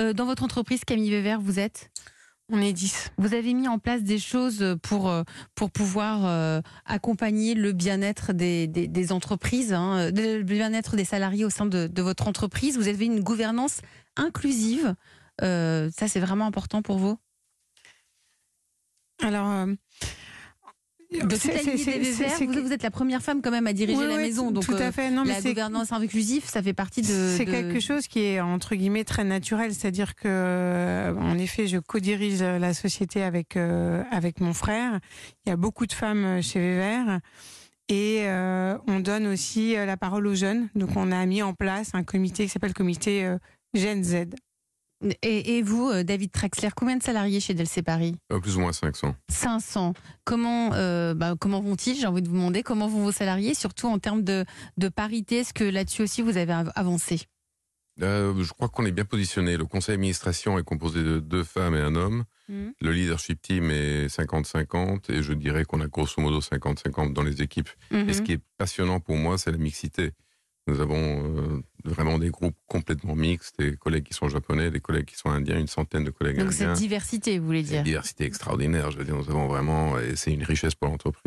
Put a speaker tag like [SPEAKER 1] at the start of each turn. [SPEAKER 1] Euh, dans votre entreprise, Camille Weber, vous êtes
[SPEAKER 2] On est 10.
[SPEAKER 1] Vous avez mis en place des choses pour, euh, pour pouvoir euh, accompagner le bien-être des, des- des entreprises, hein, de- le bien-être des salariés au sein de, de votre entreprise. Vous avez une gouvernance inclusive. Euh, ça, c'est vraiment important pour vous.
[SPEAKER 2] Alors. euh,
[SPEAKER 1] De toute
[SPEAKER 2] c'est-
[SPEAKER 1] la
[SPEAKER 2] c'est-
[SPEAKER 1] lignée
[SPEAKER 2] c'est-
[SPEAKER 1] des
[SPEAKER 2] c'est-
[SPEAKER 1] Weber,
[SPEAKER 2] c'est-
[SPEAKER 1] vous, vous êtes la première femme quand même à diriger
[SPEAKER 2] Oui,
[SPEAKER 1] la
[SPEAKER 2] oui,
[SPEAKER 1] maison.
[SPEAKER 2] tout-
[SPEAKER 1] Donc,
[SPEAKER 2] tout
[SPEAKER 1] euh,
[SPEAKER 2] à fait. Non, mais
[SPEAKER 1] la
[SPEAKER 2] c'est-
[SPEAKER 1] gouvernance inclusive, ça fait partie de.
[SPEAKER 2] C'est
[SPEAKER 1] de-
[SPEAKER 2] quelque chose qui est entre guillemets très naturel, c'est-à-dire que, euh, en effet, je co-dirige euh, la société avec euh, avec mon frère. Il y a beaucoup de femmes euh, chez Wever et euh, on donne aussi euh, la parole aux jeunes. Donc, on a mis en place un comité qui s'appelle le comité euh, Gen Z.
[SPEAKER 1] Et, et vous, euh, David Traxler, combien de salariés chez Delcé Paris
[SPEAKER 3] Euh, plus ou moins 500.
[SPEAKER 1] 500. Comment, euh, bah, comment vont-ils J'ai envie de vous demander comment vont vos salariés, surtout en termes de, de parité. Est-ce que là-dessus aussi vous avez av- avancé
[SPEAKER 3] Euh, je crois qu'on est bien positionné. Le conseil d'administration est composé de deux femmes et un homme.
[SPEAKER 1] Mhm.
[SPEAKER 3] Le leadership team est 50-50 et je dirais qu'on a grosso modo 50-50 dans les équipes. Et ce
[SPEAKER 1] Mhm.
[SPEAKER 3] qui est passionnant pour moi, c'est la mixité. Nous avons euh, vraiment des groupes complètement mixtes, des collègues qui sont japonais, des collègues qui sont indiens, une centaine de collègues
[SPEAKER 1] Donc cette
[SPEAKER 3] indiens.
[SPEAKER 1] diversité, vous voulez
[SPEAKER 3] C'est
[SPEAKER 1] dire
[SPEAKER 3] une diversité extraordinaire. Je veux dire, nous avons vraiment, et c'est une richesse pour l'entreprise.